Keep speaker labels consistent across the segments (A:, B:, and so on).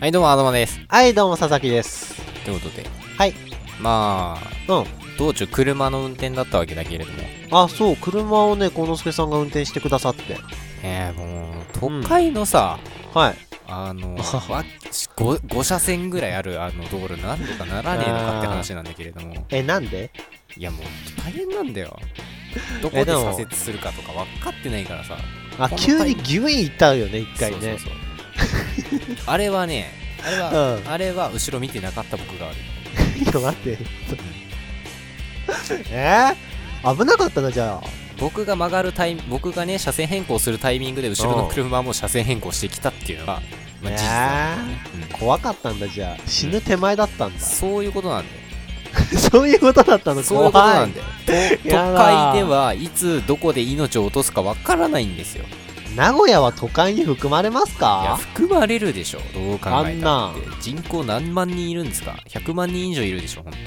A: はい、どうも、あどまです。
B: はい、どうも佐々木です。
A: ということで、
B: はい。
A: まあ、
B: うん。
A: 道中車の運転だったわけだけれども、
B: あ、そう、車をね、幸之助さんが運転してくださって。
A: えー、もう、都会のさ、
B: はい。
A: あ の、
B: あ
A: わご5車線ぐらいあるあの道路、なんとかならねえのかって話なんだけれども、
B: え、なんで
A: いや、もう、大変なんだよ。どこ
B: え
A: で
B: でも
A: 左折するかとか分かってないからさ、
B: あ、
A: この
B: 急
A: タイ
B: にギュイン行ったよね、一回
A: そうそ
B: ね
A: う。そう。あれはね、あれ
B: う
A: は、あれは後ろ見てなかった僕が悪い。
B: ん。 ちょっと待って。 えー、危なかったな、じゃ
A: 僕が曲がるタイミ僕がね車線変更するタイミングで後ろの車も車線変更してきたっていうのが、まあ、事実なんだよね、
B: あ。怖かったんだ、じゃあ。死ぬ手前だったん
A: うん
B: だ。
A: そういうことなんだよ
B: そういうことだったの、
A: そういう
B: 怖
A: ことないん。だよと都
B: やだ
A: 会ではいつどこで命を落とすかわからないんですよ
B: 名古屋は都会に含まれます
A: いや
B: か
A: 含まれるでしょどう考
B: あ
A: え
B: ん
A: た
B: な
A: って人口何万人いるんですか100万人以上いるでしょ本当に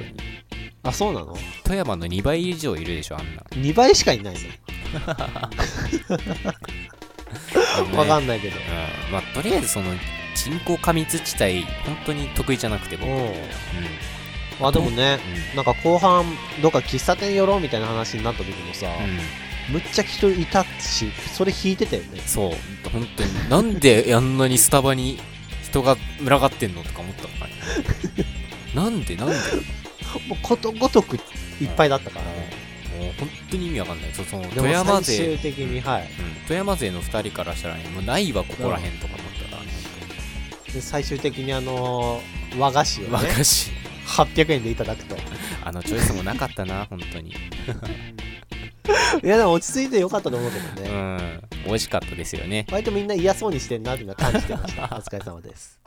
B: あ、そうなの
A: 富山の2倍以上いるでしょあんな
B: ?2 倍しかいない
A: あのね
B: の。わかんないけど。
A: うんまあとりあえずその人口過密地帯本当に得意じゃなくて僕、うん
B: うん。あ、でもね。
A: う
B: なんか後半、どっか喫茶店寄ろうみたいな話になった時もさ、
A: んうん
B: むっちゃ人いたし、それ引いてたよね。
A: そう本当になんであんなにスタバに人が群がってんのとか思ったのかねなんでなんで
B: もうことごとくいっぱいだったからね。
A: もう本当に意味わかんないそその
B: でも
A: 富山
B: 最
A: 勢、
B: 終的に、はい。
A: うん富山勢の2人からしたら、ね、もうないわここらへんとか思ったから、ね
B: で最終的にあのー和菓子を
A: 若
B: ね、
A: いし
B: 800円でいただくと。
A: あのチョイスもなかったな本当に
B: いや、でも落ち着いてよかったと思うけど
A: う
B: ね。
A: ん美味しかったですよね
B: 割とみんな嫌そうにしてんなっていうのは感じてました。お疲れ様です。